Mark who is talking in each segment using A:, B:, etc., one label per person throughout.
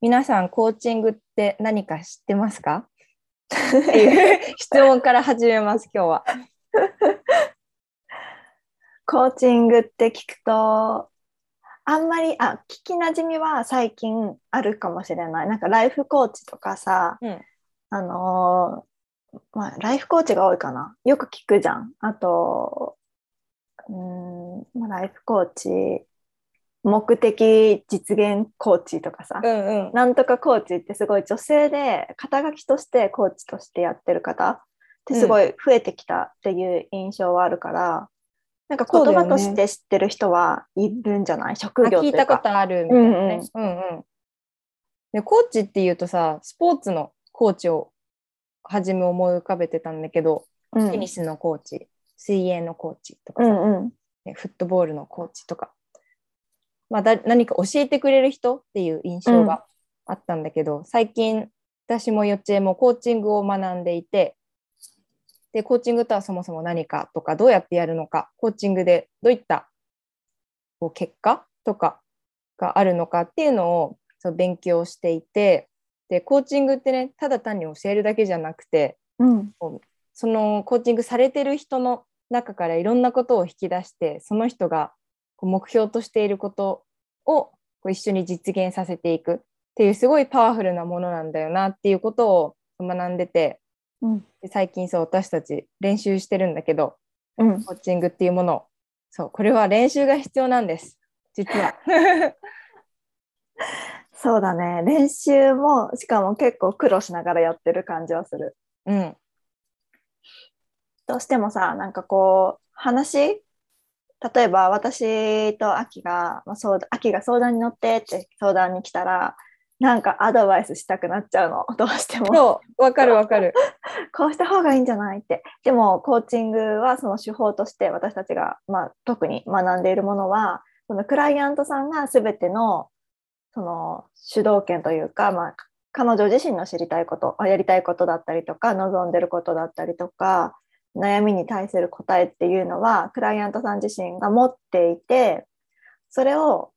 A: 皆さんコーチングって何か知ってますかっていう質問から始めます今日は。
B: コーチングって聞くとあんまりあ聞きなじみは最近あるかもしれないなんかライフコーチとかさ、
A: うん
B: あのーまあ、ライフコーチが多いかなよく聞くじゃんあとうーん、まあ、ライフコーチ目的実現コーチとかさ、
A: うんうん。
B: なんとかコーチってすごい女性で肩書きとしてコーチとしてやってる方ってすごい増えてきたっていう印象はあるから、なんか
A: そうだよ
B: 言葉
A: ね
B: として知ってる人はいるんじゃない職業
A: あ
B: と
A: 聞
B: い
A: いうたこ
B: か。
A: とあるみ
B: う
A: たい
B: ん
A: な
B: う
A: ね
B: ん。、
A: うんうん。でコーチっていうとさスポーツのコーチを初め思い浮かべてたんだけど、
B: うん
A: テニスのコーチ水泳のコーチとか
B: う
A: さ、
B: んうん
A: ねフットボールのコーチとか、まあ、だ何か教えてくれる人っていう印象があったんだけど、最近私も幼稚園もコーチングを学んでいてでコーチングとはそもそも何かとかどうやってやるのかコーチングでどういったこう結果とかがあるのかっていうのをそう勉強していてでコーチングってねただ単に教えるだけじゃなくて
B: うん
A: そのコーチングされてる人の中からいろんなことを引き出してその人がこう目標としていることをこう一緒に実現させていくっていうすごいパワフルなものなんだよなっていうことを学んでて、
B: うん
A: で最近そう私たち練習してるんだけど
B: うん
A: コーチングっていうものをそうこれは練習が必要なんです実は。
B: そうだね練習もしかも結構苦労しながらやってる感じはする
A: うん、
B: どうしてもさなんかこう話例えば私と秋が、まあ、そう秋が相談に乗ってって相談に来たらなんかアドバイスしたくなっちゃうのどうしても
A: そうわかるわか る。
B: こうした方がいいんじゃないってでもコーチングはその手法として私たちが、まあ、特に学んでいるものはそのクライアントさんが全てのその主導権というか、まあ、彼女自身の知りたいことやりたいことだったりとか望んでることだったりとか悩みに対する答えっていうのはクライアントさん自身が持っていてそれを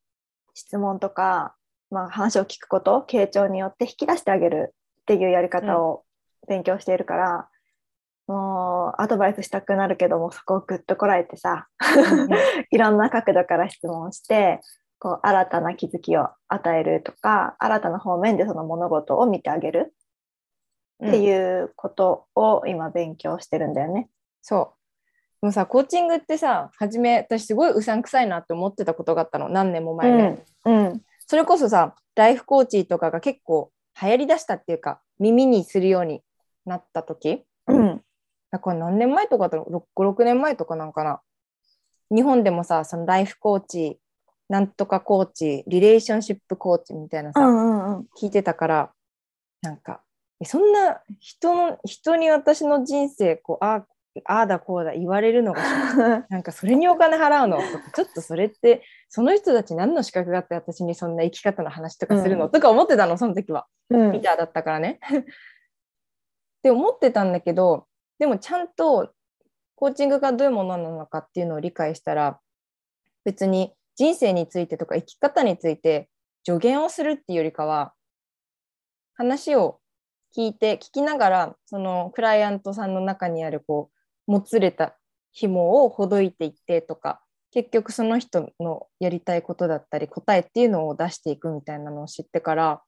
B: 質問とか、まあ、話を聞くこと傾聴によって引き出してあげるっていうやり方を勉強しているから、もうアドバイスしたくなるけどもそこをぐっとこらえてさ いろんな角度から質問してこう新たな気づきを与えるとか新たな方面でその物事を見てあげる
A: うん
B: っていうことを今勉強してるんだよね。
A: そう。でもさ、コーチングってさ、初め、私すごいうさんくさいなって思ってたことがあったの、何年も前で。
B: うん
A: それこそさ、ライフコーチとかが結構流行りだしたっていうか、耳にするようになった時
B: うん
A: だから何年前とかだろう、5、6年前とかなんかな。日本でもさ、そのライフコーチ、なんとかコーチ、リレーションシップコーチみたいな
B: う
A: さ、
B: んうん
A: 聞いてたからなんかえそんな人の人に私の人生こうああああだこうだ言われるのがなんかそれにお金払うのとかちょっとそれってその人たち何の資格があって私にそんな生き方の話とかするの、
B: うん
A: とか思ってたのその時は
B: うん
A: リーダーだったからね。 って思ってたんだけどでもちゃんとコーチングがどういうものなのかっていうのを理解したら別に人生についてとか生き方について助言をするっていうよりかは話を聞いて聞きながらそのクライアントさんの中にあるこうもつれた紐をほどいていってとか結局その人のやりたいことだったり答えっていうのを出していくみたいなのを知ってから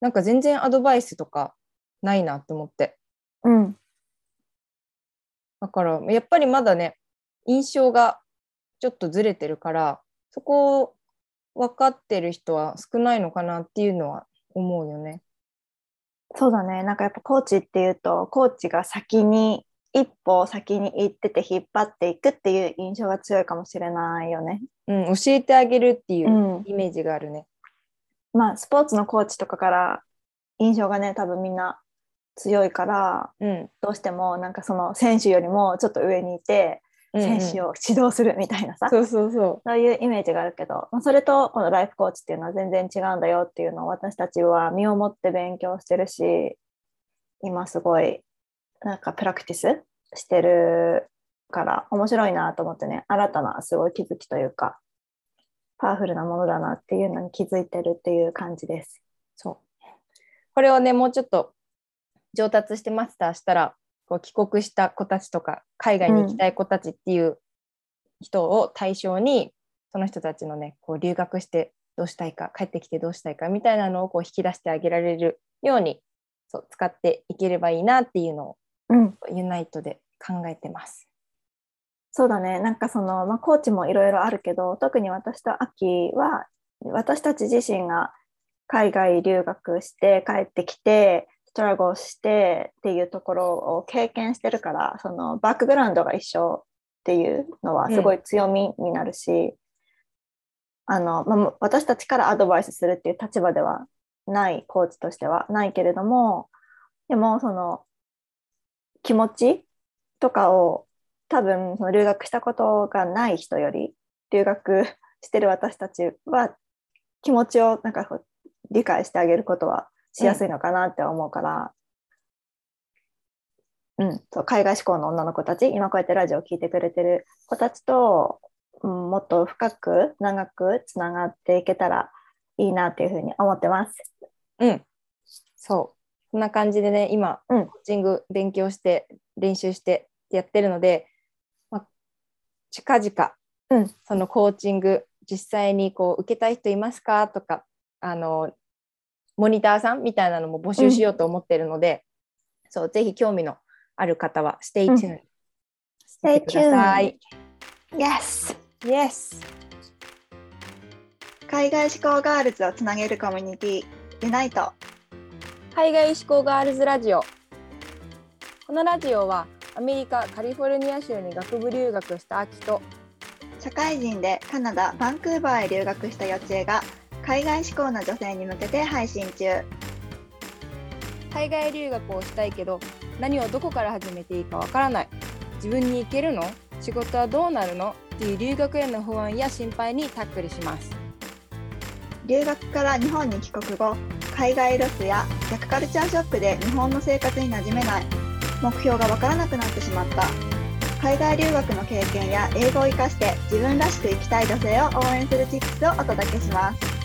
A: なんか全然アドバイスとかないなと思って
B: うん
A: だからやっぱりまだね印象がちょっとずれてるからそこを分かってる人は少ないのかなっていうのは思うよね。
B: そうだねなんかやっぱコーチっていうとコーチが先に一歩先に行ってて引っ張っていくっていう印象が強いかもしれないよね。
A: うん、教えてあげるっていううんイメージがあるね。
B: まあスポーツのコーチとかから印象がね多分みんな強いから
A: うん、
B: どうしてもなんかその選手よりもちょっと上にいて
A: うんうん
B: 選手を指導するみたいなさ、
A: そうそうそ
B: そういうイメージがあるけど、まあ、それとこのライフコーチっていうのは全然違うんだよっていうのを私たちは身をもって勉強してるし今すごいなんかプラクティスしてるから面白いなと思ってね新たなすごい気づきというかパワフルなものだなっていうのに気づいてるっていう感じです。
A: そう。これをね、もうちょっと上達してマスターしたら、こう帰国した子たちとか、海外に行きたい子たちっていう人を対象に、その人たちのね、こう留学してどうしたいか、帰ってきてどうしたいかみたいなのをこう引き出してあげられるように、そう使っていければいいなっていうのを
B: うん、
A: ユナイトで考えてます。
B: そうだね。なんかその、まあ、コーチもいろいろあるけど、特に私と秋は、私たち自身が海外留学して帰ってきて、ストラゴしてっていうところを経験してるから、そのバックグラウンドが一緒っていうのはすごい強みになるし、あの、まあもう、私たちからアドバイスするっていう立場ではない、コーチとしてはないけれども、でもその気持ちとかを多分その留学したことがない人より留学してる私たちは気持ちをなんかこう理解してあげることはしやすいのかなって思うから、うんそう海外志向の女の子たち今こうやってラジオを聞いてくれてる子たちと、うんもっと深く長くつながっていけたらいいなっていうふうに思ってます。
A: うん。そう。こんな感じでね、今、
B: うん
A: コーチング勉強して、練習してやってるので、まあ、近々、
B: うん
A: そのコーチング、実際にこう受けたい人いますかとか、あの、モニターさんみたいなのも募集しようと思ってるので、そう、ぜひ興味のある方は、ステイチューン。してください。
B: Yes!
A: Yes!
B: 海外志向ガールズをつなげるコミュニティユナイト
A: 海外志向ガールズラジオこのラジオはアメリカカリフォルニア州に学部留学した秋と
B: 社会人でカナダバンクーバーへ留学した予知が海外志向の女性に向けて配信中
A: 海外留学をしたいけど何をどこから始めていいかわからない自分に行けるの仕事はどうなるのっていう留学への不安や心配にタックルします
B: 留学から日本に帰国後海外ロスや逆カルチャーショックで日本の生活に馴染めない目標がわからなくなってしまった海外留学の経験や英語を活かして自分らしく生きたい女性を応援するチップスをお届けします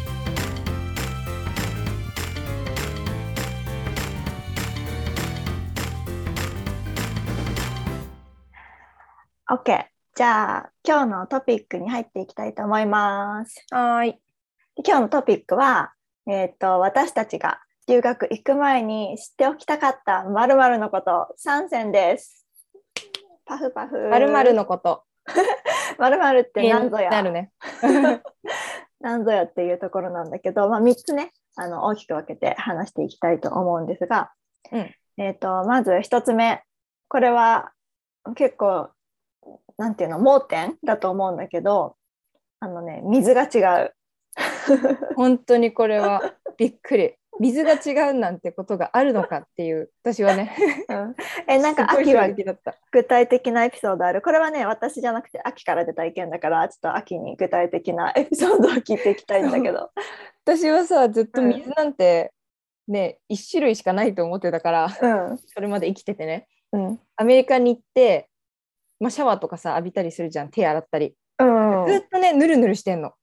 B: オッケーじゃあ今日のトピックに入っていきたいと思います。
A: はーい
B: で今日のトピックは、えー、と私たちが留学行く前に知っておきたかった〇〇のこと3選です。パフパフ。
A: 〇〇のこと
B: 〇〇って何ぞ
A: にな
B: や
A: るね
B: 何ぞやっていうところなんだけど、まあ、3つねあの大きく分けて話していきたいと思うんですが、
A: うん
B: えー、とまず1つ目これは結構なんていうの盲点だと思うんだけどあのね水が違う。
A: 本当にこれはびっくり水が違うなんてことがあるのかっていう私はね
B: うんえなんか
A: すごい
B: 秋は
A: 衝撃だった
B: 具体的なエピソードあるこれはね私じゃなくて秋から出た意見だからちょっと秋に具体的な エピソードを聞いていきたいんだけど
A: 私はさずっと
B: うん
A: 水なんて、ね1種類しかないと思ってたから
B: うん
A: それまで生きててね
B: うん
A: アメリカに行って、まあ、シャワーとかさ浴びたりするじゃん手洗ったり
B: うん
A: ずっとねぬるぬるしてんの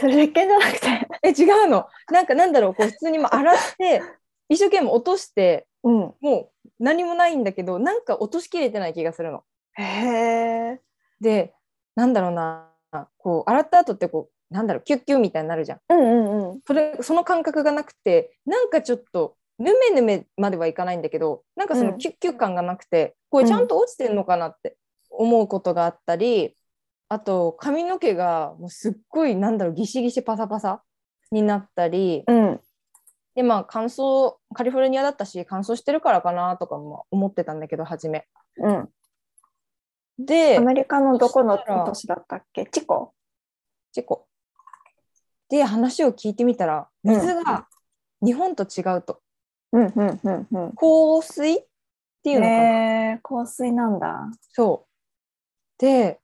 B: それ石鹸じゃなくて
A: え違うのなんかなんだろうこう普通にもう洗って一生懸命落として
B: うん
A: もう何もないんだけどなんか落としきれてない気がするの
B: へえ
A: でなんだろうなこう洗った後ってこうなんだろうキュッキュッみたいになるじゃん
B: うんうんうん
A: それその感覚がなくてなんかちょっとぬめぬめまではいかないんだけどなんかそうの
B: ん
A: キュッキュッ感がなくて、これちゃんと落ちてんのかなって思うことがあったり、あと髪の毛がもうすっごいなんだろうギシギシパサパサになったり
B: うん
A: でまあ乾燥カリフォルニアだったし乾燥してるからかなとかも思ってたんだけど初め。
B: うん
A: で
B: アメリカのどこの
A: そしたら
B: 都市だったっけチコ
A: チェコで話を聞いてみたら水が日本と違うと、
B: うんうんうんうん
A: 香水っていうのかな。
B: へえ香水なんだ
A: そう。で、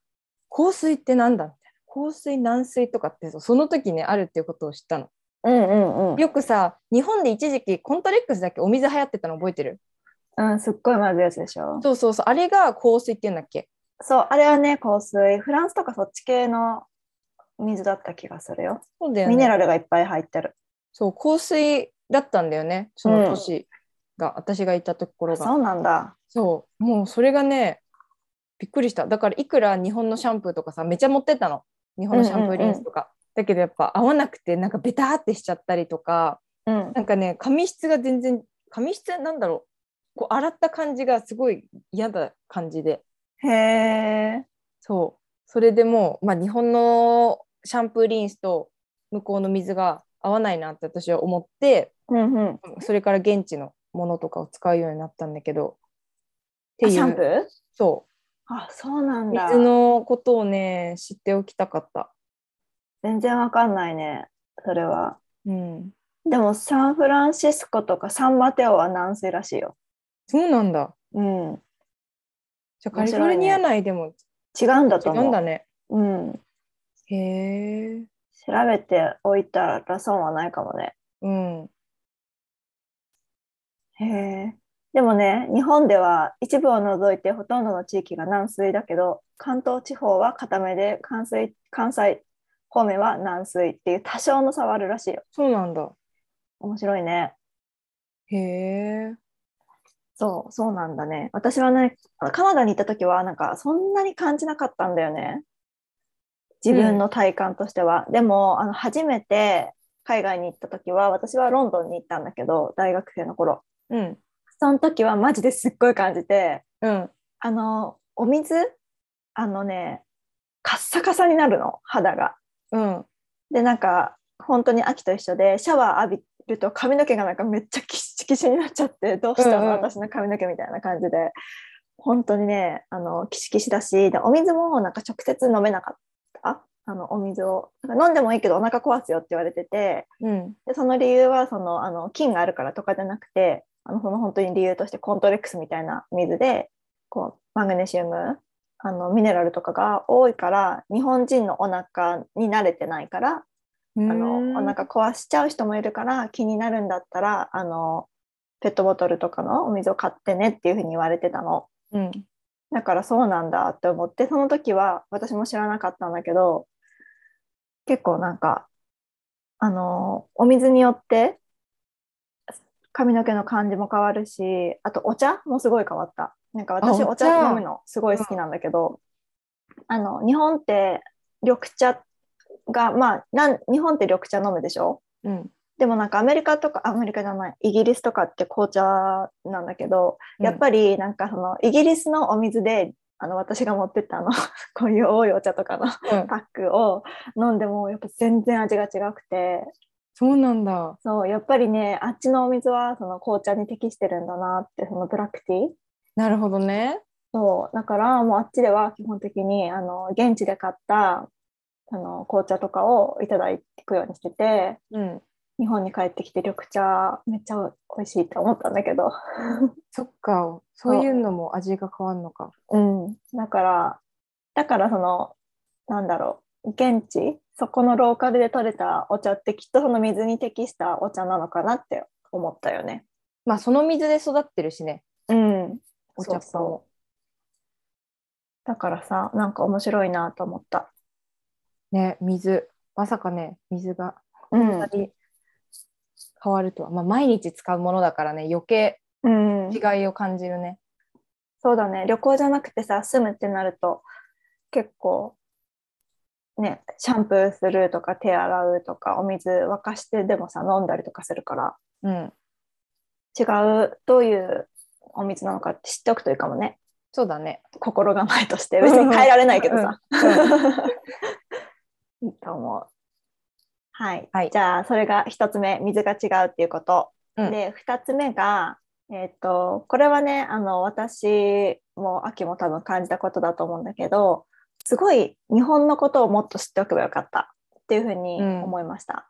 A: 香水ってなんだみたいな。香水、軟水とかってそうその時ね、あるっていうことを知ったの。
B: うんうんうん
A: よくさ、日本で一時期コントレックスだっけお水流行ってたの覚えてる
B: うんすっごいまずいやつでしょ
A: そうそうそう、あれが香水って言うんだっけ
B: そうあれはね香水フランスとかそっち系の水だった気がするよ。
A: そうだよね
B: ミネラルがいっぱい入ってる。
A: そう香水だったんだよねその年が、私がいたところが
B: そうなんだ。
A: そうもうそれがねびっくりしただからいくら日本のシャンプーとかさめっちゃ持ってったの日本のシャンプーリンスとか、だけどやっぱ合わなくてなんかベターってしちゃったりとか
B: うん。
A: なんかね髪質が全然髪質なんだろうこう洗った感じがすごい嫌な感じで
B: へえ。
A: そうそれでもう、まあ、日本のシャンプーリンスと向こうの水が合わないなって私は思って
B: うんうん。
A: それから現地のものとかを使うようになったんだけど。って
B: あ
A: いう
B: シャンプー
A: そ
B: あ、そうな
A: う。
B: んだ。
A: 水のことをね、知っておきたかった。
B: 全然わかんないね。それは。
A: うん。
B: でもサンフランシスコとかサンマテオは軟水らしいよ。
A: そうなんだ。
B: うん。
A: じゃあカ
B: 面白いね
A: リフォルニア内でも
B: 違うんだ
A: 違
B: と思う。
A: うんだね。
B: うん。
A: へえ。
B: 調べておいたら損はないかもね。
A: うん。
B: へえ。でもね、日本では一部を除いてほとんどの地域が軟水だけど、関東地方は固めで、関水関西方面は軟水っていう多少の差はあるらしいよ。
A: そうなんだ。
B: 面白いね。
A: へえ。
B: そう、そうなんだね。私はね、カナダに行った時は、なんかそんなに感じなかったんだよね。自分の体感としては。でも、あの、初めて海外に行った時は、私はロンドンに行ったんだけど、大学生の頃。
A: うん。
B: その時はマジですっごい感じて、
A: うん。
B: あの、お水あのね、カッサカサになるの、肌が。
A: うん。
B: で、なんか、本当に秋と一緒で、シャワー浴びると髪の毛がなんかめっちゃキシキシになっちゃって、どうしたの、
A: うんうん
B: 私の髪の毛みたいな感じで、本当にね、あの、キシキシだし、でお水もなんか直接飲めなかった。あの、お水を。なんか飲んでもいいけどお腹壊すよって言われてて、
A: うん。
B: でその理由はそのあの菌があるからとかじゃなくてあのその本当に理由としてコントレックスみたいな水でこうマグネシウムあのミネラルとかが多いから日本人のお腹に慣れてないから
A: あ
B: あのお腹壊しちゃう人もいるから気になるんだったらあのペットボトルとかのお水を買ってねっていうふうに言われてたの
A: うん。
B: だからそうなんだって思ってその時は私も知らなかったんだけど結構なんかあのお水によって髪の毛の感じも変わるしあとお茶もすごい変わったなんか私
A: あ
B: お
A: お茶
B: 茶飲むのすごい好きなんだけど、あの日本って緑茶がまあなん日本って緑茶飲むでしょ
A: うん。
B: でもなんかアメリカとかアメリカじゃないイギリスとかって紅茶なんだけどやっぱりなんかそのイギリスのお水であの私が持ってったあの こういう多いお茶とかの
A: り、うん
B: パックを飲んでもやっぱ全然味が違くて
A: そうなんだ。
B: そうやっぱりねあっちのお水はその紅茶に適してるんだなってそのブラックティー
A: なるほどね。
B: そうだからもうあっちでは基本的にあの現地で買ったあの紅茶とかをいただいていくようにしてて
A: うん。
B: 日本に帰ってきて緑茶めっちゃ美味しいって思ったんだけど、
A: そっか。そういうのも味が変わるのか。
B: うん、だからだからそのなんだろう現地そこのローカルで採れたお茶ってきっとその水に適したお茶なのかなって思ったよね。
A: まあ、その水で育ってるしね。
B: うん、
A: お茶っ葉も。
B: うだからさなんか面白いなと思った。
A: ね、水。まさかね、水がこ
B: う
A: んなに変わるとは、まあ、毎日使うものだからね余計
B: ん、うん
A: 違、いを感じるね、
B: そうだね旅行じゃなくてさ住むってなると結構ねシャンプーするとか手洗うとかお水沸かしてでもさ飲んだりとかするから
A: うん、
B: 違うどういうお水なのかって知っておくといいかもね
A: そうだね、
B: 心構えとして 別に変えられないけどさ。いい と思う。はい、
A: はい
B: じゃあそれが一つ目水が違うっていうこと、
A: うん
B: で二つ目が、えーっとこれはねあの私も秋も多分感じたことだと思うんだけどすごい日本のことをもっと知っておけばよかったっていうふうに思いました。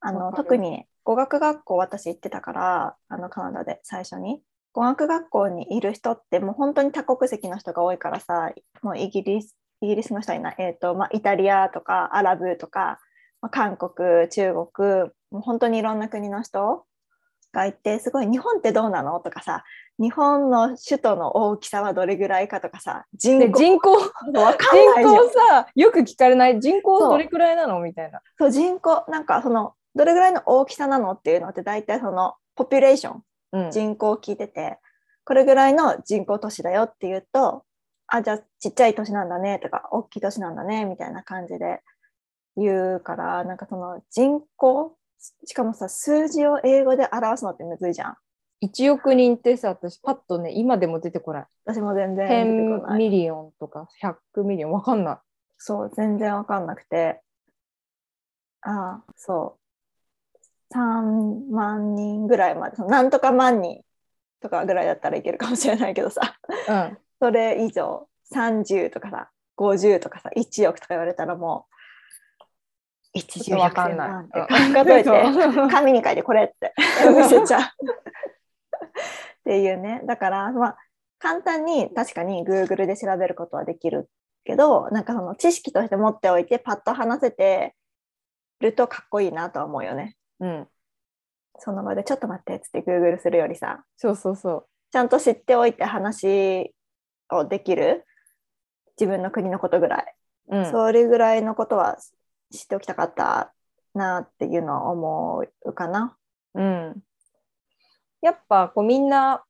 B: あの
A: わかる
B: 特に語学学校私行ってたからあのカナダで最初に。語学学校にいる人ってもう本当に多国籍の人が多いからさもうイギリスイギリスの人はいない、えーとまあ、イタリアとかアラブとか、まあ、韓国中国もう本当にいろんな国の人がいてすごい日本ってどうなのとかさ日本の首都の大きさはどれぐらいかとかさ人
A: で
B: 口
A: 人 口
B: わかんな
A: 人
B: いじゃん
A: 口さよく聞かれない人口
B: そう
A: どれくらいなのみたいな
B: そう人口なんかそのどれぐらいの大きさなのっていうのって大体そのポピュレーション
A: うん
B: 人口を聞いててこれぐらいの人口都市だよっていうとあじゃあちっちゃい都市なんだねとか大きい都市なんだねみたいな感じで言うからなんかその人口しかもさ数字を英語で表すのってむずいじゃん
A: 1億人ってさ私パッとね今でも出てこない
B: 私も全然出てこ
A: 10
B: ない
A: ミリオンとか100ミリオンわかんない
B: そう全然わかんなくてああそう3万人ぐらいまでそのなんとか万人とかぐらいだったらいけるかもしれないけどさ
A: うん
B: それ以上30とかさ50とかさ1億とか言われたらもう一
A: ちょ
B: 十
A: っとわ
B: 百
A: か
B: 千
A: んない
B: 万って考えといて
A: そう
B: 紙に書いてこ れって見せちゃうっていうねだからまあ簡単に確かに Google で調べることはできるけどなんかその知識として持っておいてパッと話せてるとかっこいいなとは思うよね
A: うん
B: その場でちょっと待ってっつって Google するよりさ
A: そうそうそう
B: ちゃんと知っておいて話をできる自分の国のことぐらい、
A: うん
B: それぐらいのことは知っておきたかったなっていうのは思うかな。
A: うんやっぱこうみんな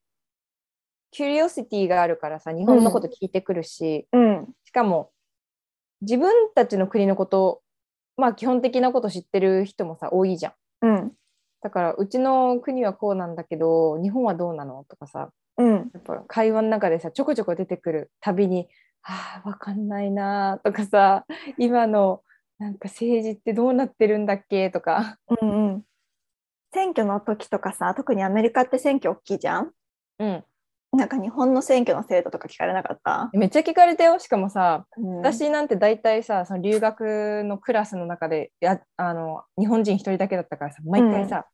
A: キュリオシティがあるからさ日本のこと聞いてくるし、
B: うん、
A: しかも自分たちの国のことまあ基本的なこと知ってる人もさ多いじゃん
B: うん、
A: だからうちの国はこうなんだけど日本はどうなのとかさ
B: うん、
A: やっぱ会話の中でさちょこちょこ出てくるたびに「あーわかんないな」とかさ今のなんか政治ってどうなってるんだっけとか、
B: うん、うん。選挙の時とかさ、特にアメリカって選挙大きいじゃん。
A: うん、
B: なんか日本の選挙の制度とか聞かれなかった。
A: めっちゃ聞かれたよしかもさ
B: うん、
A: 私なんて大体さその留学のクラスの中でやあの日本人一人だけだったからさ毎回さ、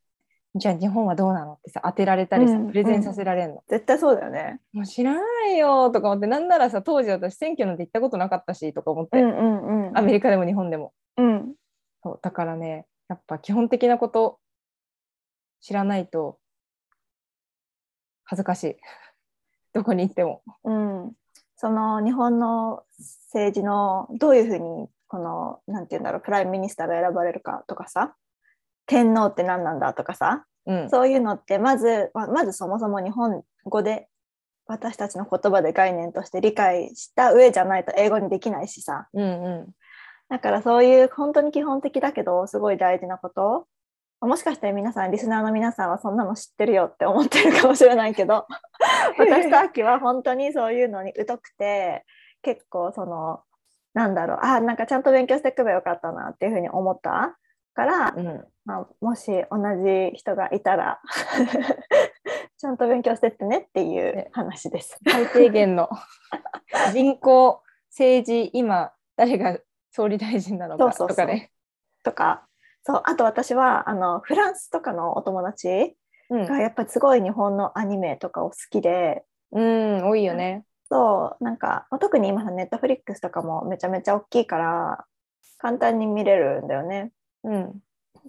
A: じゃあ日本はどうなのってさ当てられたりさ
B: うん
A: プレゼンさせられるの、
B: 絶対そうだよね。
A: もう知らないよとか思ってなんならさ当時私選挙なんて行ったことなかったしとか思って、
B: うん、うん、
A: アメリカでも日本でも
B: うん、
A: そうだからねやっぱ基本的なこと知らないと恥ずかしい どこに行っても
B: うん、その日本の政治のどういうふうにこのなんて言うんだろうプライムミニスターが選ばれるかとかさ天皇って何なんだとかさ
A: うん
B: そういうのってまずままずそもそも日本語で私たちの言葉で概念として理解した上じゃないと英語にできないしさ
A: うんう
B: だからそういう本当に基本的だけどすごい大事なこともしかしたら皆さんリスナーの皆さんはそんなの知ってるよって思ってるかもしれないけど私と秋は本当にそういうのに疎くて結構そのなんだろうあなんかちゃんと勉強していけばよかったなっていうふうに思ったから、
A: んうん
B: まあ、もし同じ人がいたら ちゃんと勉強してってねっていう話です。
A: 最低限 の人口政治今誰が総理大臣なのか
B: そうそうそ
A: と
B: う
A: かね
B: とかそうあと私はあのフランスとかのお友達
A: うん
B: がやっぱりすごい日本のアニメとかを好きで
A: うん多いよね
B: そうなんかまあ特に今さネットフリックスとかもめちゃめちゃ大きいから簡単に見れるんだよね
A: うん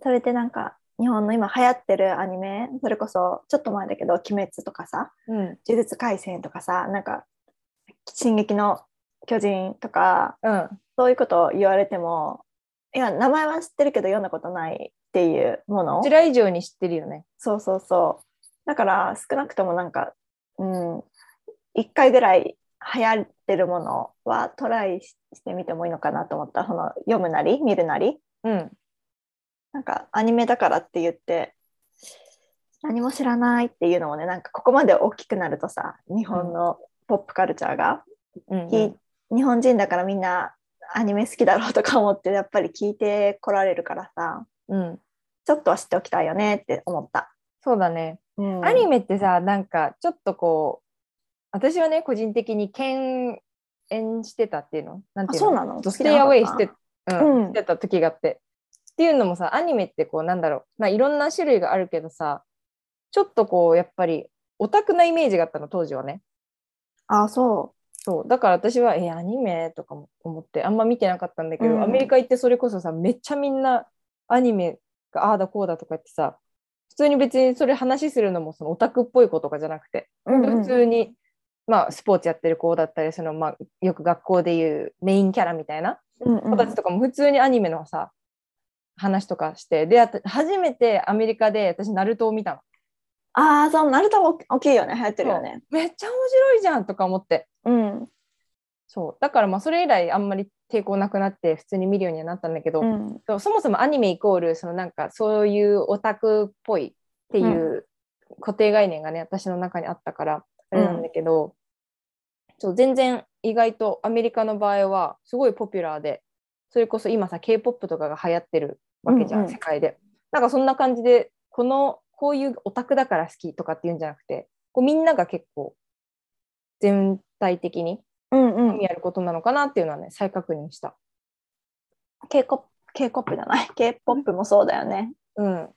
B: それでなんか日本の今流行ってるアニメそれこそちょっと前だけど「鬼滅」とかさ
A: うん
B: 「呪術廻戦」とかさなんか「進撃の巨人」とか
A: うん
B: そういうことを言われてもいや名前は知ってるけど読んだことないっていうもの
A: こちら以上に知ってるよね
B: そうそうそう。だから少なくともなんか、うん、一回ぐらい流行ってるものはトライししてみてもいいのかなと思った。その読むなり見るなり。
A: うん
B: なんかアニメだからって言って、何も知らないっていうのもね、なんかここまで大きくなるとさ、日本のポップカルチャーが、
A: うん
B: き日本人だからみんなアニメ好きだろうとか思ってやっぱり聞いてこられるからさ、
A: うん
B: ちょっとは知っておきたいよねって思った。
A: そうだね
B: うん
A: アニメってさなんかちょっとこう私はね個人的に敬遠してたっていうのなん
B: あ
A: ていう
B: そう
A: の
B: なの
A: ステイアウェイして,、うん
B: うん
A: してた時があってっていうのもさアニメってこうなんだろう、まあ、いろんな種類があるけどさちょっとこうやっぱりオタクなイメージがあったの当時はね
B: あ、そ
A: そうだから私はえアニメとかも思ってあんま見てなかったんだけど、
B: うん
A: アメリカ行ってそれこそさめっちゃみんなアニメがああだこうだとか言ってさ普通に別にそれ話するのもそのオタクっぽい子とかじゃなくて、
B: うんうん
A: 普通に、まあ、スポーツやってる子だったりその、まあ、よく学校でいうメインキャラみたいな
B: うんうん
A: 子たちとかも普通にアニメのさ話とかしてであと初めてアメリカで私ナルトを見たの
B: ああ、そう、ナルトも大きいよね。流行ってるよね。
A: めっちゃ面白いじゃんとか思って
B: うん。う
A: そうだからまあそれ以来あんまり抵抗なくなって普通に見るようにはなったんだけど、
B: ん。
A: そうそもそもアニメイコールそのなんかそういうオタクっぽいっていう固定概念がね、私の中にあったからあれなんだけど、そう全然意外とアメリカの場合はすごいポピュラーでそれこそ今さ k p o p とかが流行ってるわけじゃん、
B: うんうん
A: 世界でなんかそんな感じでこのこういうオタクだから好きとかっていうんじゃなくてこうみんなが結構全体的に
B: うんう
A: 興
B: ん。
A: 味あることなのかなっていうのはね再確認した。
B: K-POP、K-POP じゃない。K-POP もそうだよね。
A: うん、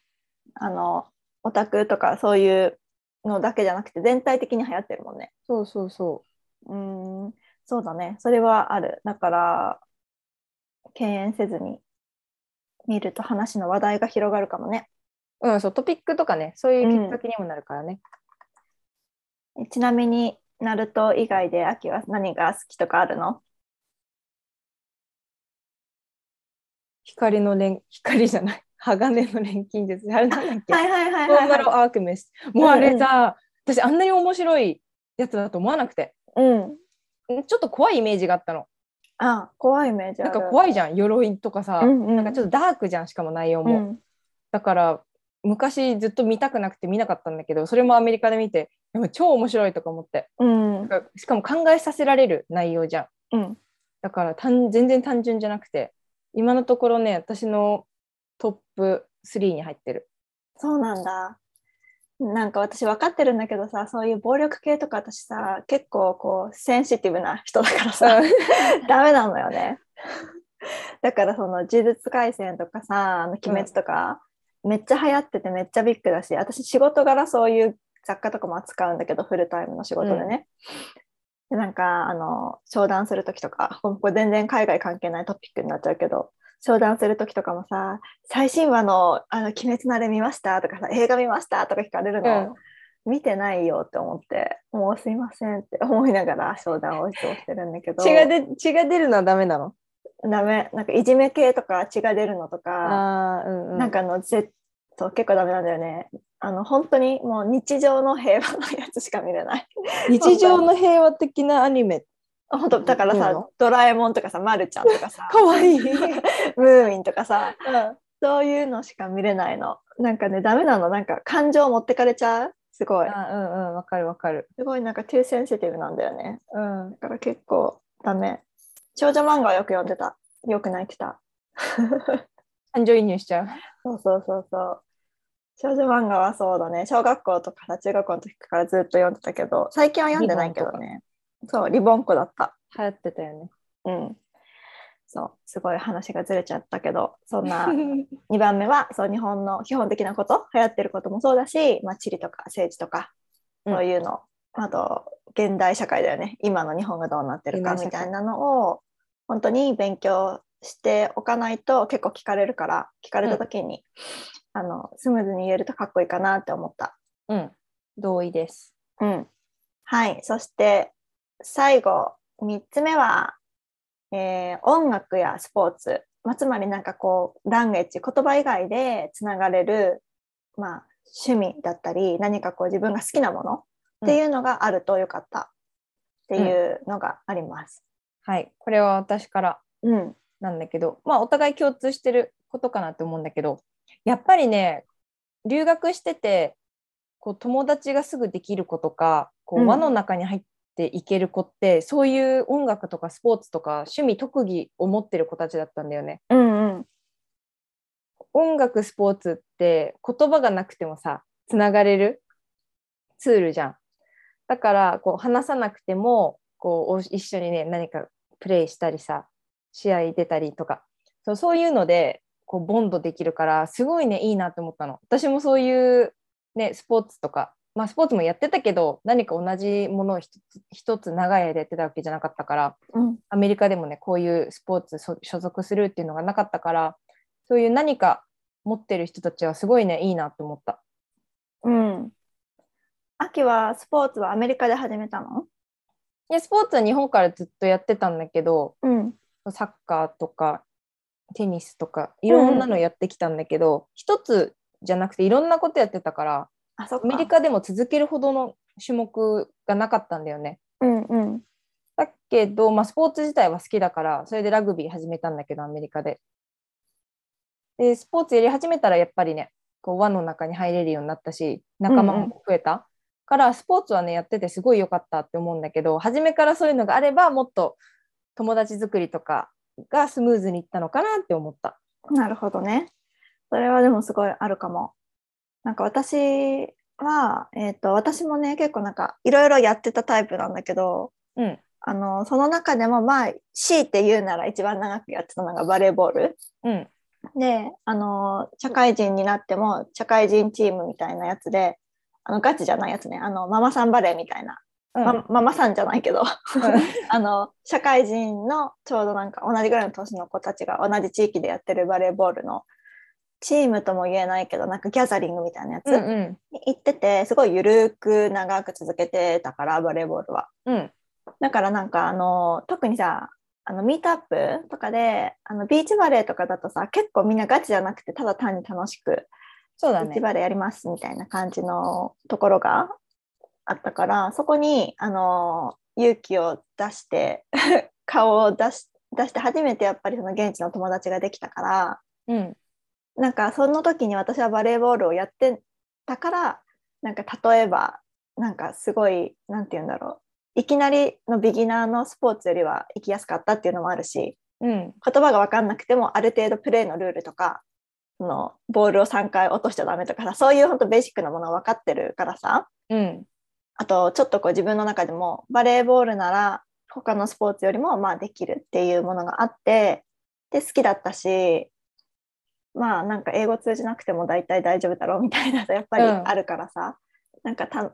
B: あの、オタクとかそういうのだけじゃなくて、全体的に流行ってるもんね。
A: そうそうそう
B: ーん。そうだね。それはある。だから、敬遠せずに見ると話の話題が広がるかもね。
A: うん、そうトピックとかねそういうきっかけにもなるからね、
B: ちなみに、ナルト以外で秋は何が好きとかあるの
A: 光の錬光じゃない 鋼の錬金術あれなんだっけ、
B: いはいは
A: フォーマルアークメスもうあれさ、私あんなに面白いやつだと思わなくて
B: うん。
A: んちょっと怖いイメージがあったの
B: あ、怖いイメージあ
A: なん
B: る。
A: か怖いじゃん鎧とかさ、
B: うんうん、
A: なんかちょっとダークじゃんしかも内容も、
B: うん
A: だから昔ずっと見たくなくて見なかったんだけどそれもアメリカで見てでも超面白いとか思って
B: うん
A: なんかしかも考えさせられる内容じゃん
B: うん
A: だから単全然単純じゃなくて今のところね私のトップ3に入ってる。
B: そうなんだ。なんか私分かってるんだけどさそういう暴力系とか私さ結構こうセンシティブな人だからさ ダメなのよね。だからその「呪術廻戦」とかさ「あの鬼滅」とか、めっちゃ流行っててめっちゃビッグだし私仕事柄そういう雑貨とかも扱うんだけどフルタイムの仕事でね。でなんかあの商談する時とかこれ全然海外関係ないトピックになっちゃうけど商談する時とかもさ最新話の「あの鬼滅のあれ見ました?」とかさ「映画見ました?」とか聞かれるの、見てないよって思って「もうすいません」って 思いながら商談をいつもしてるんだけど
A: 血が出血が出るのはダメなの
B: ダメなんかいじめ系とか血が出るのとか、
A: あー、うんう
B: なんかあのぜそう結構ダメなんだよねあの本当にもう日常の平和なやつしか見れない
A: 日常の平和的なアニ メ
B: 本当だから
A: そうな
B: さ
A: の
B: 「ドラえもん」とかさ「まるちゃん」とかさ
A: かわいい、
B: 「 ムーミン」とかさそういうのしか見れないのなんかねダメなのなんか感情持ってかれちゃうすごい
A: あうんうんわかるわかる、
B: すごいなんかトゥーセンシティブなんだよね。
A: うん、
B: だから結構ダメ。少女漫画はよく読んでた。よく泣いてた。
A: 感情移入しちゃう
B: そうそうそうそう。少女漫画はそうだね。小学校とかさ中学校の時からずっと読んでたけど、最近は読んでないけどね。そう、リボンっ子だった。
A: 流行ってたよ
B: うん。そう、すごい話がずれちゃったけど、そ んな
A: ね
B: 2番目はそう日本の基本的なこと流行ってることもそうだし、まあ、地理とか政治とか
A: うん
B: そういうの、あと現代社会だよね今の日本がどうなってるか
A: 現代
B: み
A: 社会
B: たいなのを本当に勉強しておかないと結構聞かれるから聞かれた時に、あのスムーズに言えるとかっこいいかなって思った。
A: うん同意です
B: うん、はいそして最後3つ目は、えー音楽やスポーツ、まあ、つまりなんかこうランゲージ言葉以外でつながれる、まあ、趣味だったり何かこう自分が好きなものっていうのがあるとよかったっていうのがあります。
A: はいこれは私から
B: うん、
A: なんだけどまあお互い共通してることかなって思うんだけどやっぱりね留学しててこう友達がすぐできる子とかこ
B: う
A: うん輪の中に入っていける子って、そういう音楽とかスポーツとか趣味特技を持ってる子たちだったんだよね。
B: うん、うん、
A: 音楽スポーツって言葉がなくてもさつながれるツールじゃん。だからこう話さなくてもこうお一緒にね何かプレイしたりさ試合出たりとかそうそういうのでこうボンドできるからすごいねいいなって思ったの。私もそういう、ね、スポーツとか、まあ、スポーツもやってたけど何か同じものを一つ一つ長い間やってたわけじゃなかったから
B: うん、
A: アメリカでもねこういうスポーツ所所属するっていうのがなかったからそういう何か持ってる人たちはすごいねいいなと思った。
B: 秋はスポーツはアメリカで始めたの
A: いやスポーツは日本からずっとやってたんだけど
B: うん。
A: サッカーとかテニスとかいろんなのやってきたんだけど一、つじゃなくていろんなことやってたから
B: あ、そっ
A: ア
B: か。
A: メリカでも続けるほどの種目がなかったんだよね。
B: うんうん。
A: だけど、まあ、スポーツ自体は好きだから、それでラグビー始めたんだけど、アメリカで。で、スポーツやり始めたら、やっぱりね、こう輪の中に入れるようになったし、仲間も増えた、から、スポーツはね、やっててすごい良かったって思うんだけど、初めからそういうのがあれば、もっと友達作りとかがスムーズにいったのかなって思った。
B: なるほどね。それはでもすごいあるかも。なんか私は、えっ、と、私もね、結構なんかいろいろやってたタイプなんだけど、
A: うん。
B: あの、その中でもまあ、強いて言うなら一番長くやってたのがバレーボール。
A: うん。
B: で、あの、社会人になっても、社会人チームみたいなやつで、あの、ガチじゃないやつね、あの、ママさんバレーみたいな
A: うん
B: ま、ママさんじゃないけどあの社会人のちょうどなんか同じぐらいの年の子たちが同じ地域でやってるバレーボールのチームとも言えないけどなんかギャザリングみたいなやつ
A: うん
B: に
A: うん。
B: 行ってて、すごいゆるく長く続けてたからバレーボールは。
A: うん。
B: だからなんかあの特にさあのミートアップとかであのビーチバレーとかだとさ結構みんなガチじゃなくてただ単に楽しく
A: そうだ
B: ビーチ
A: ね。
B: バレーやりますみたいな感じのところがあったからそこにあの勇気を出して 顔を出し出して初めてやっぱりその現地の友達ができたから
A: うん。
B: なんかその時に私はバレーボールをやってたからなんか例えばなんかすごいなんて言うんだろういきなりのビギナーのスポーツよりは行きやすかったっていうのもあるし
A: うん。
B: 言葉が分かんなくてもある程度プレーのルールとかそのボールを3回落としちゃダメとかさそういう本当ベーシックなものは分かってるからさ
A: うん。
B: あとちょっとこう自分の中でもバレーボールなら他のスポーツよりもまあできるっていうものがあってで好きだったしまあなんか英語通じなくても大体大丈夫だろうみたいなさやっぱり
A: うん
B: あるからさ、なんかた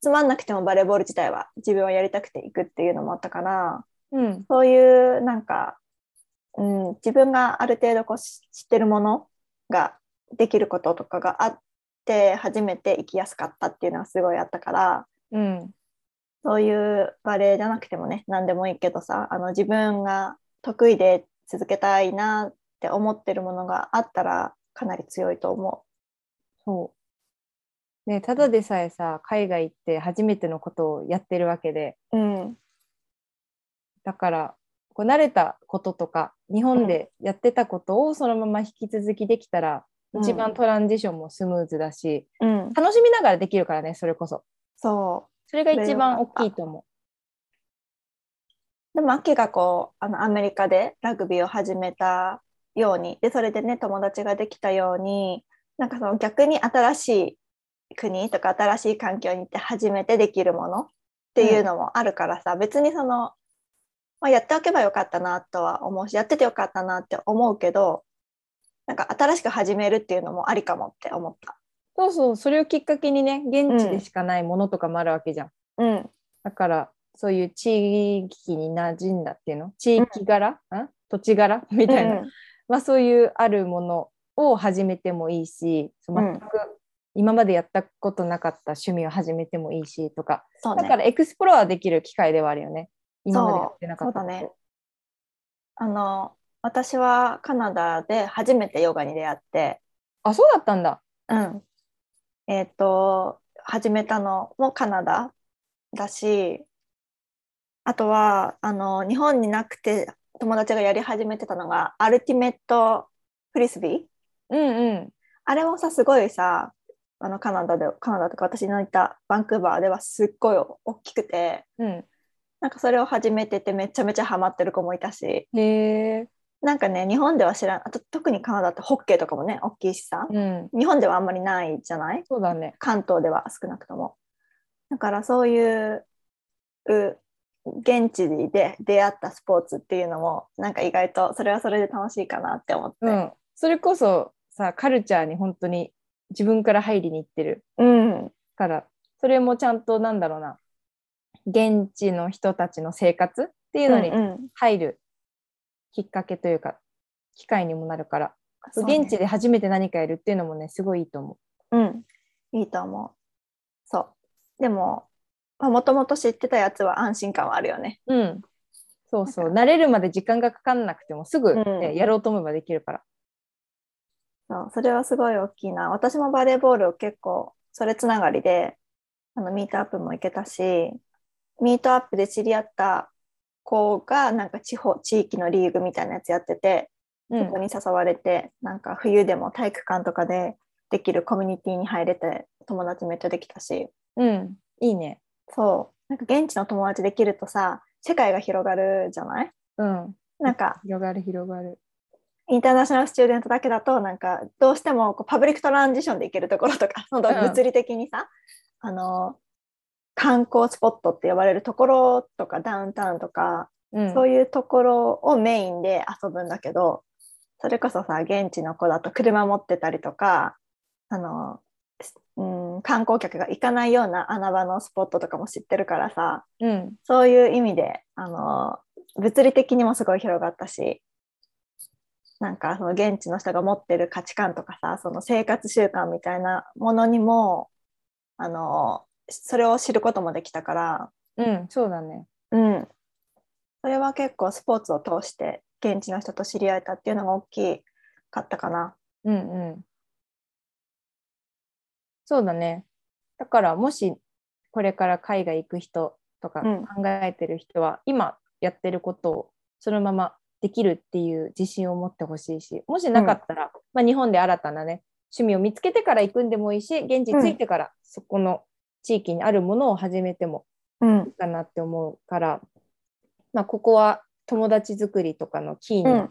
B: つまんなくてもバレーボール自体は自分はやりたくて行くっていうのもあったから
A: うん。
B: そういうなんか、うん、自分がある程度こうし知ってるものができることとかがあって初めて行きやすかったっていうのはすごいあったから
A: うん。
B: そういうバレエじゃなくてもね何でもいいけどさあの自分が得意で続けたいなって思ってるものがあったらかなり強いと思
A: そう。ね、ただでさえさ、海外行って初めてのことをやってるわけで、
B: う。うん、
A: だから、こう慣れたこととか、日本でやってたことをそのまま引き続きできたら、
B: うん
A: 一番トランジションもスムーズだし、
B: うん、
A: 楽しみながらできるからね、それこそ。
B: そう
A: それが一番大きいと思
B: でも秋がこうあのアメリカでラグビーを始めたようにでそれでね友達ができたようになんかその逆に新しい国とか新しい環境に行って初めてできるものっていうのもあるからさ、別にその、まあ、やっておけばよかったなとは思うしやっててよかったなって思うけどなんか新しく始めるっていうのもありかもって思った。
A: う。そうそう、それをきっかけにね、現地でしかないものとかもあるわけじゃん。
B: うん、
A: だから、そういう地域に馴染んだっていうの地域柄、ん、土地柄みたいな、
B: うん
A: まあ、そういうあるものを始めてもいいしそう
B: うん
A: 全く今までやったことなかった趣味を始めてもいいしとか、
B: そう
A: だか
B: ね
A: らエクスプロアできる機会ではあるよね今までやってなか
B: そう
A: った
B: だね
A: こ
B: あの私はカナダで初めてヨガに出会って、
A: とあそうだったんだ
B: うん。えっ、と、始めたのもカナダだし、あとは、あの、日本になくて友達がやり始めてたのが、アルティメットフリスビー
A: うんうん
B: あれもさ、すごいさ、あの、カナダで、カナダとか私のいたバンクーバーではすっごい大きくて、
A: う
B: なんかそれを始めててめちゃめちゃハマってる子もいたし、
A: んへえ
B: なんかね、日本では知らん、あと特にカナダってホッケーとかもね、大きいしさ、
A: うん
B: 日本ではあんまりないじゃない
A: そうだね
B: 関東では少なくとも。だからそういうう現地で出会ったスポーツっていうのもなんか意外とそれはそれで楽しいかなって思って。
A: うんそれこそさカルチャーに本当に自分から入りに行ってる
B: うん、
A: からそれもちゃんとなんだろうな現地の人たちの生活っていうのに
B: うんうん
A: 入るきっかけというか機会にもなるから、
B: そうね
A: 現地で初めて何かやるっていうのもねすごいいいと思
B: うん、いいと思う。そう。でももともと知ってたやつは安心感はあるよね。
A: うん。そうそう。慣れるまで時間がかかんなくても、すぐ、ね
B: うん
A: やろうと思えばできるから。
B: そうそれはすごい大きいな。私もバレーボールを結構それつながりであのミートアップも行けたしミートアップで知り合った子がなんか地方地域のリーグみたいなやつやってて
A: うん
B: そこに誘われて、なんか冬でも体育館とかでできるコミュニティに入れて友達めっちゃできたし
A: うん。いいね。
B: そうなんか現地の友達できるとさ世界が広がるじゃない
A: うん。
B: なんか
A: 広がる広がる。
B: インターナショナルスチューデントだけだとなんかどうしてもこうパブリックトランジションで行けるところ とかその
A: うん
B: 物理的にさ、あの観光スポットって呼ばれるところとかダウンタウンとか、
A: うん。
B: そういうところをメインで遊ぶんだけどそれこそさ現地の子だと車持ってたりとかあの、すうん、観光客が行かないような穴場のスポットとかも知ってるからさ
A: うん。
B: そういう意味で、あの、物理的にもすごい広がったし、なんかその現地の人が持ってる価値観とかさ、その生活習慣みたいなものにも、あの、それを知ることもできたから、
A: うん。そうだね。
B: うん。それは結構スポーツを通して現地の人と知り合えたっていうのが大きかったかな。
A: うんうん。そうだね。だからもしこれから海外行く人とか
B: うん
A: 考えてる人は、今やってることをそのままできるっていう自信を持ってほしいし、もしなかったら、まあ、日本で新たなね、趣味を見つけてから行くんでもいいし、現地着いてからそこの地域にあるものを始めても
B: うん
A: いい。かなって思うから、まあ、ここは友達作りとかのキーに
B: うん。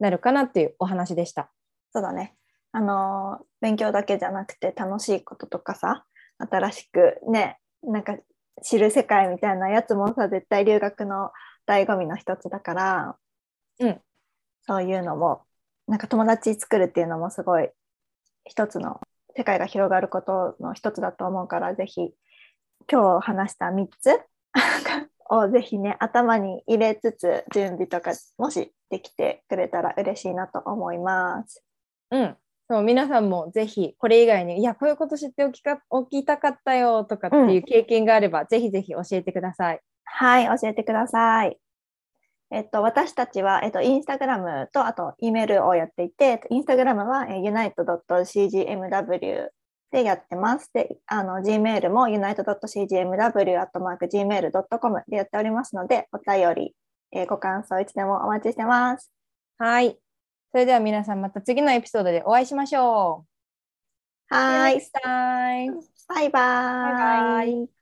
A: なるかなっていうお話でした。
B: そうだね。あのー勉強だけじゃなくて楽しいこととかさ、新しくね、なんか知る世界みたいなやつもさ、絶対留学の醍醐味の一つだから、
A: うん
B: そういうのも、なんか友達作るっていうのもすごい一つの世界が広がることの一つだと思うから、ぜひ今日話した3つ をぜひね、頭に入れつつ準備とかもしできてくれたら嬉しいなと思います。
A: うん、そう皆さんもぜひこれ以外にいやこういうこと知っておきかおきたかったよとかっていう経験があれば、ぜひぜひ教えてください。
B: はい、教えてください。えっと、私たちは、えっと、インスタグラムと、あと、E メールをやっていて、インスタグラムは、えー unite.cgmw でやってます。で、あの、G メールも unite.cgmw.gmail.com でやっておりますので、お便り、えーご感想いつでもお待ちしてます。
A: はい。それでは皆さんまた次のエピソードでお会いしましょう。
B: はーい、
A: バイバイ。
B: バイバーイ。
A: バイバイ